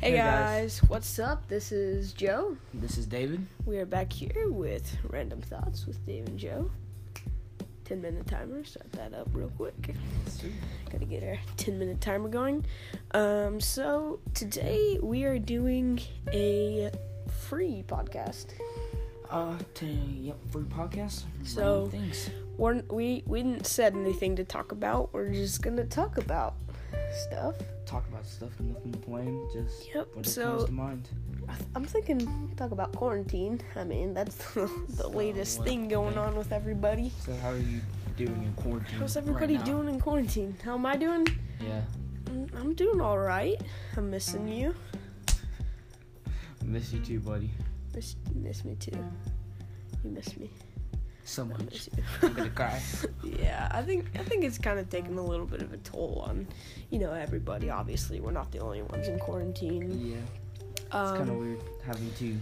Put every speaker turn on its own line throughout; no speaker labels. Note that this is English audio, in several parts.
Hey,
Hey,
guys.
guys.
what's up? This is Joe.
This is David.
We are back here with Random Thoughts with Dave and Joe. 10 minute timer, start that up real quick. Gotta get our 10 minute timer going. Um, so, today we are doing a free podcast.
Uh, to, yep, free podcast.
So-
Random things.
We're, we, we didn't said anything to talk about, we're just gonna talk about stuff.
talk about stuff, nothing planned, just
Yep,
what
so-
comes to mind.
I th- I'm thinking talk about quarantine. I mean, that's the, the
So,
latest
what
thing
do you
going
think?
on with everybody.
So how are you doing in quarantine?
How's everybody
right now?
doing in quarantine? How am I doing?
Yeah,
Mm, I'm doing all right. I'm missing
Mm.
you.
miss you too, buddy.
Miss, miss me too. You miss me.
So
I
much.
miss you.
I'm gonna cry.
yeah, I think I think it's kind of taking a little bit of a toll on, you know, everybody. Obviously, we're not the only ones in quarantine.
Yeah, it's kind of
Um,
weird having to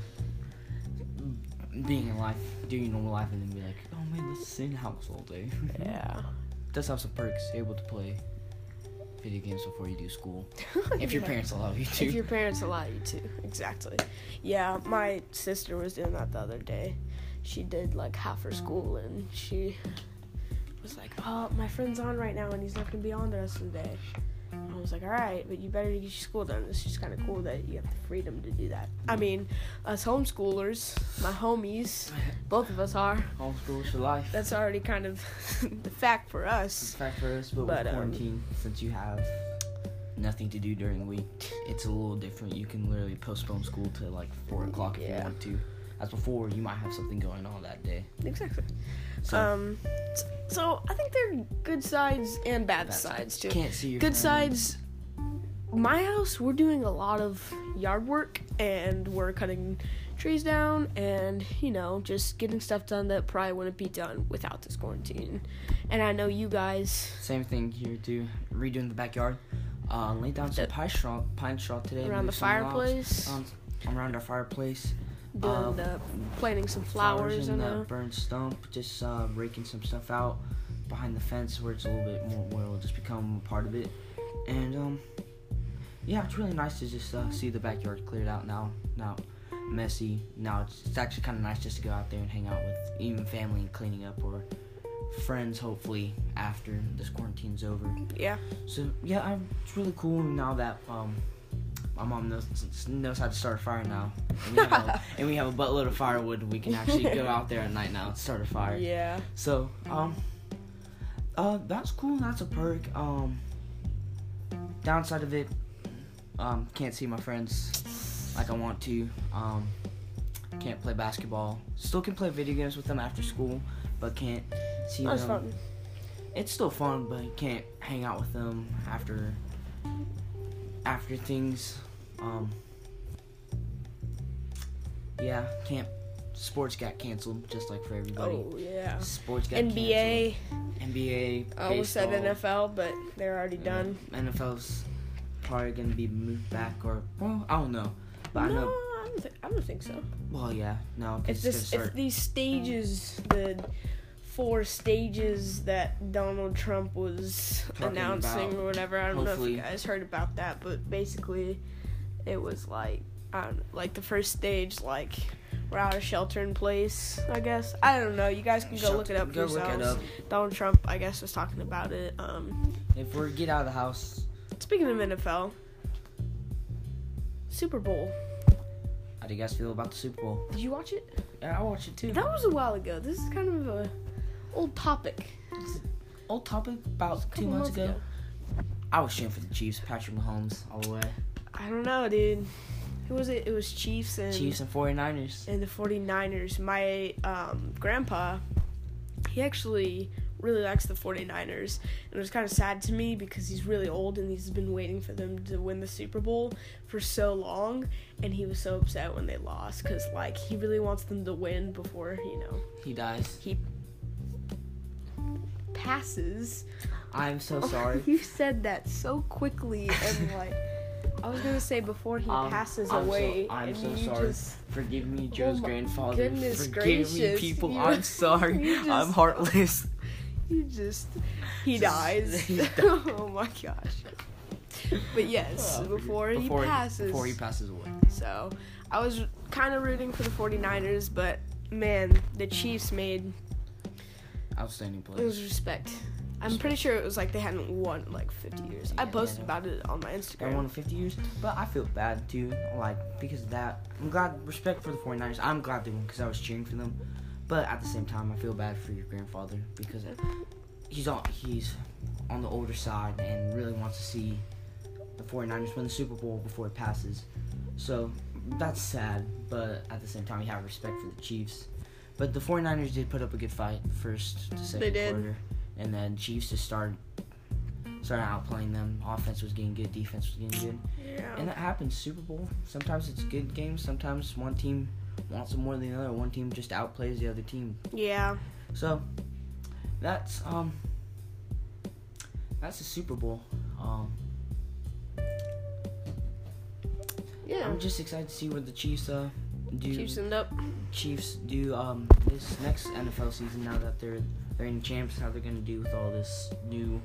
being in life, doing your normal life, and then be like, oh man, let's sit in the house all day.
yeah.
does have some perks. Able to play video games before you do school, if your
Yeah.
parents allow you to.
If your parents allow you to, exactly. Yeah, my sister was doing that the other day. She did like half her school, and she was like, "Oh, my friend's on right now, and he's not gonna be on the rest of the day." I was like, "All right, but you better get your school done." It's just kind of cool that you have the freedom to do that. I mean, us homeschoolers, my homies, both of us are.
Homeschool for life.
That's already kind of the fact for
It's a
us.
fact for us, but,
But,
with
um,
quarantine, since you have nothing to do during the week, it's a little different. You can literally postpone school to like four o'clock if
Yeah.
you want to. As before, you might have something going on that day.
Exactly.
So
Um, s- so I think there are good sides and bad,
that's-
sides too.
You can't see your
good
friends.
sides my house we're doing a lot of yard work and we're cutting trees down and you know just getting stuff done that probably wouldn't be done without this quarantine and i know you guys
Same thing here too. Redoing the backyard. Uh, laid down some
The-
pine straw, pine straw today.
around the
moved some logs,
fireplace
um, around our fireplace.
doing
um,
the planting some flowers
in
and
the
uh,
burned stump, just uh, raking some stuff out behind the fence where it's a little bit more where it'll just become a part of it. And um, yeah, it's really nice to just uh, see the backyard cleared out now. Now messy. Now it's, it's actually kind of nice just to go out there and hang out with even family and cleaning up or friends. Hopefully after this quarantine's over.
yeah
So yeah, i it's really cool now that um, my mom knows knows how to start a fire now, and we, have a, and we have a buttload of firewood. We can actually go out there at night now and start a fire.
yeah
So um, uh, that's cool. That's a perk. Um, downside of it, um, can't see my friends like I want to. Um, can't play basketball. Still can play video games with them after school, but can't see
that's
them
fun
it's still fun, but you can't hang out with them after after things. Um, yeah, can't. Sports got canceled, just like for everybody.
oh yeah
Sports got
nba
canceled. NBA.
i almost said
baseball, uh,
nfl but they're already done
and NFL's probably gonna be moved back, or well, I don't know, but I
no
know.
I, don't think, I don't think so
Well, yeah, no, 'cause
if
it's
this
gonna
if
start.
these stages the four stages that Donald Trump was
Talking
announcing
about,
or whatever I don't know if
hopefully.
you guys heard about that but basically it was like I don't know, like the first stage like we're out of shelter in place I guess I don't know you guys can go look it up for
Go look
yourselves
it up.
Donald Trump I guess was talking about it um
If we get out of the house,
speaking of NFL Super Bowl
how do you guys feel about the Super Bowl?
did you watch it
Yeah, I watch it too.
that was a while ago this is kind of a old topic
Old topic about two
couple
months, ago. I was cheering for the Chiefs, Patrick Mahomes, all the way.
I don't know, dude. Who was it? It was Chiefs and
Chiefs and 49ers.
and the 49ers. My um, grandpa, he actually really likes the 49ers. And it was kind of sad to me because he's really old and he's been waiting for them to win the Super Bowl for so long. And he was so upset when they lost because, like, he really wants them to win before, you know,
He dies.
passes.
I'm so sorry.
you said that so quickly and, like, I was going to say before he
Um,
passes
I'm so-
away.
I'm
and
so
you
sorry.
just-
Forgive me, Joe's
Oh my
grandfather.
goodness
Forgive me,
gracious,
people.
you-
I'm sorry.
you just-
I'm heartless.
He just he
Just-
dies.
he dies.
oh my gosh. but yes,
Oh,
before, he
before
passes.
Before he passes away.
So I was kind of rooting for the 49ers, but man, the Chiefs made
Outstanding
it
play.
was respect. I'm pretty sure it was like they hadn't won in like 50 years. I
Yeah,
posted
yeah.
about it on my
I won
Instagram.
50 years, but I feel bad too, like because of that. I'm glad, respect for the 49ers. I'm glad they won because I was cheering for them, but at the same time, I feel bad for your grandfather because he's on he's on the older side and really wants to see the 49ers win the Super Bowl before it passes. So that's sad, but at the same time, you have respect for the Chiefs. But the 49ers did put up a good fight first to second
did.
quarter, and then Chiefs just started started outplaying them. Offense was getting good, defense was getting good, and
Yeah.
that happens. Super Bowl. Sometimes it's good games. Sometimes one team wants it more than the other. One team just outplays the other team.
Yeah.
So that's um that's the Super Bowl. Um,
Yeah.
I'm just excited to see what the Chiefs uh do.
Chiefs end up.
Chiefs do um this next NFL season now that they're they're in champs. How they're gonna do with all this new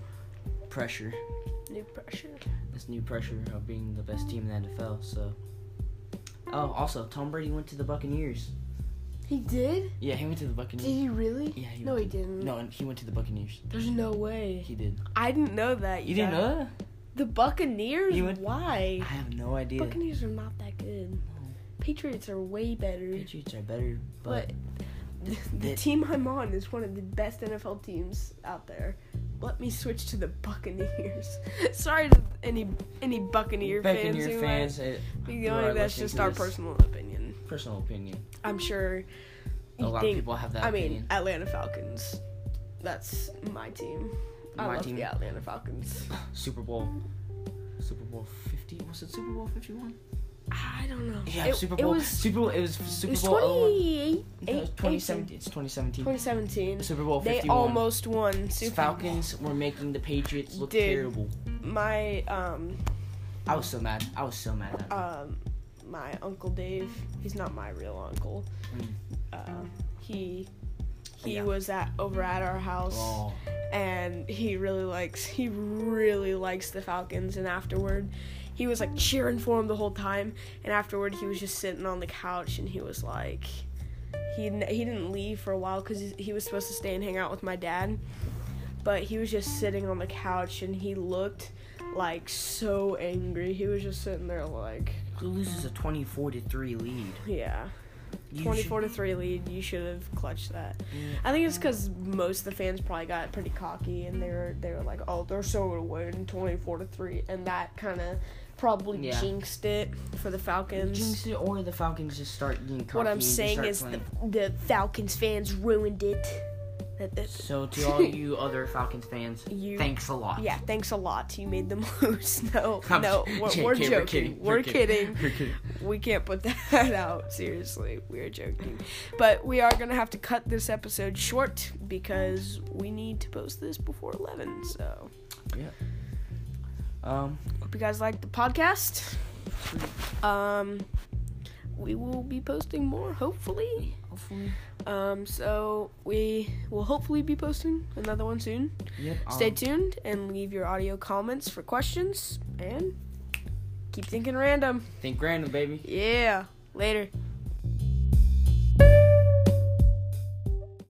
pressure,
New pressure.
this new pressure of being the best team in the NFL. So. Oh, also, Tom Brady went to the Buccaneers.
He did?
Yeah, he went to the
Did
Buccaneers.
he really?
Yeah, he
no, he
went
didn't.
No, and he went to the Buccaneers.
There's no way.
He did.
I didn't know that.
You didn't
guys.
know that?
The Buccaneers?
You went-
Why?
I have no idea.
Buccaneers are not that good. Patriots are way better.
Patriots are better, but
But the,
the-
the team I'm on is one of the best NFL teams out there. Let me switch to the Buccaneers. Sorry to any any Buccaneer, fans.
Buccaneer
who
fans, eh,
might be
who are
going, that's
listening
just
to
our
this.
personal opinion.
personal opinion.
I'm sure.
A
you
lot
think-
of people have that
I mean,
opinion.
Atlanta Falcons. That's my team. I
My
love
team.
the Atlanta Falcons.
Super Bowl, Super Bowl fifty. Was it Super Bowl fifty one?
I don't know.
Yeah,
it,
Super
it
Bowl.
was,
Super Bowl. It was
it
Super
was
Bowl. 01.
28,
No, it was
2017.
2017. It's 2017.
2017.
Super Bowl
They
51.
almost won. Super
Falcons were making the Patriots look
Dude.
terrible.
My um
I was so mad. I was so mad. At them.
um, my uncle Dave. He's not my real uncle.
Mm.
Uh, he he
Yeah.
was at over at our house,
oh,
and he really likes he really likes the Falcons. And afterward, he was like cheering for him the whole time. And afterward, he was just sitting on the couch, and he was like. He, n- he didn't leave for a while because he was supposed to stay and hang out with my dad, but he was just sitting on the couch and he looked like so angry. He was just sitting there like,
who loses a 24 to three lead?
yeah,
You should-
24 to 3 lead. You should have clutched that.
Yeah.
I think it's because most of the fans probably got pretty cocky and they were they were like, oh, they're so gonna win 24 to 3, and that kind of probably
Yeah.
jinxed it for the Falcons.
Jinx it, or the Falcons just start getting cocky
what I'm
and just
saying
start
is the,
playing.
the Falcons fans ruined it. That- that-
So to all you other Falcons fans,
You-
thanks a lot.
yeah, thanks a lot. You made them lose. No,
I'm
no,
j-
we're,
JK,
we're joking.
We're
kidding.
We're kidding.
we can't put that out seriously we're joking but we are gonna have to cut this episode short because we need to post this before 11 so
Um,
hope you guys liked the podcast um we will be posting more hopefully
hopefully.
um so we will hopefully be posting another one soon
Yep.
stay
um,
tuned and leave your audio comments for questions and keep thinking random
Think random, baby.
yeah later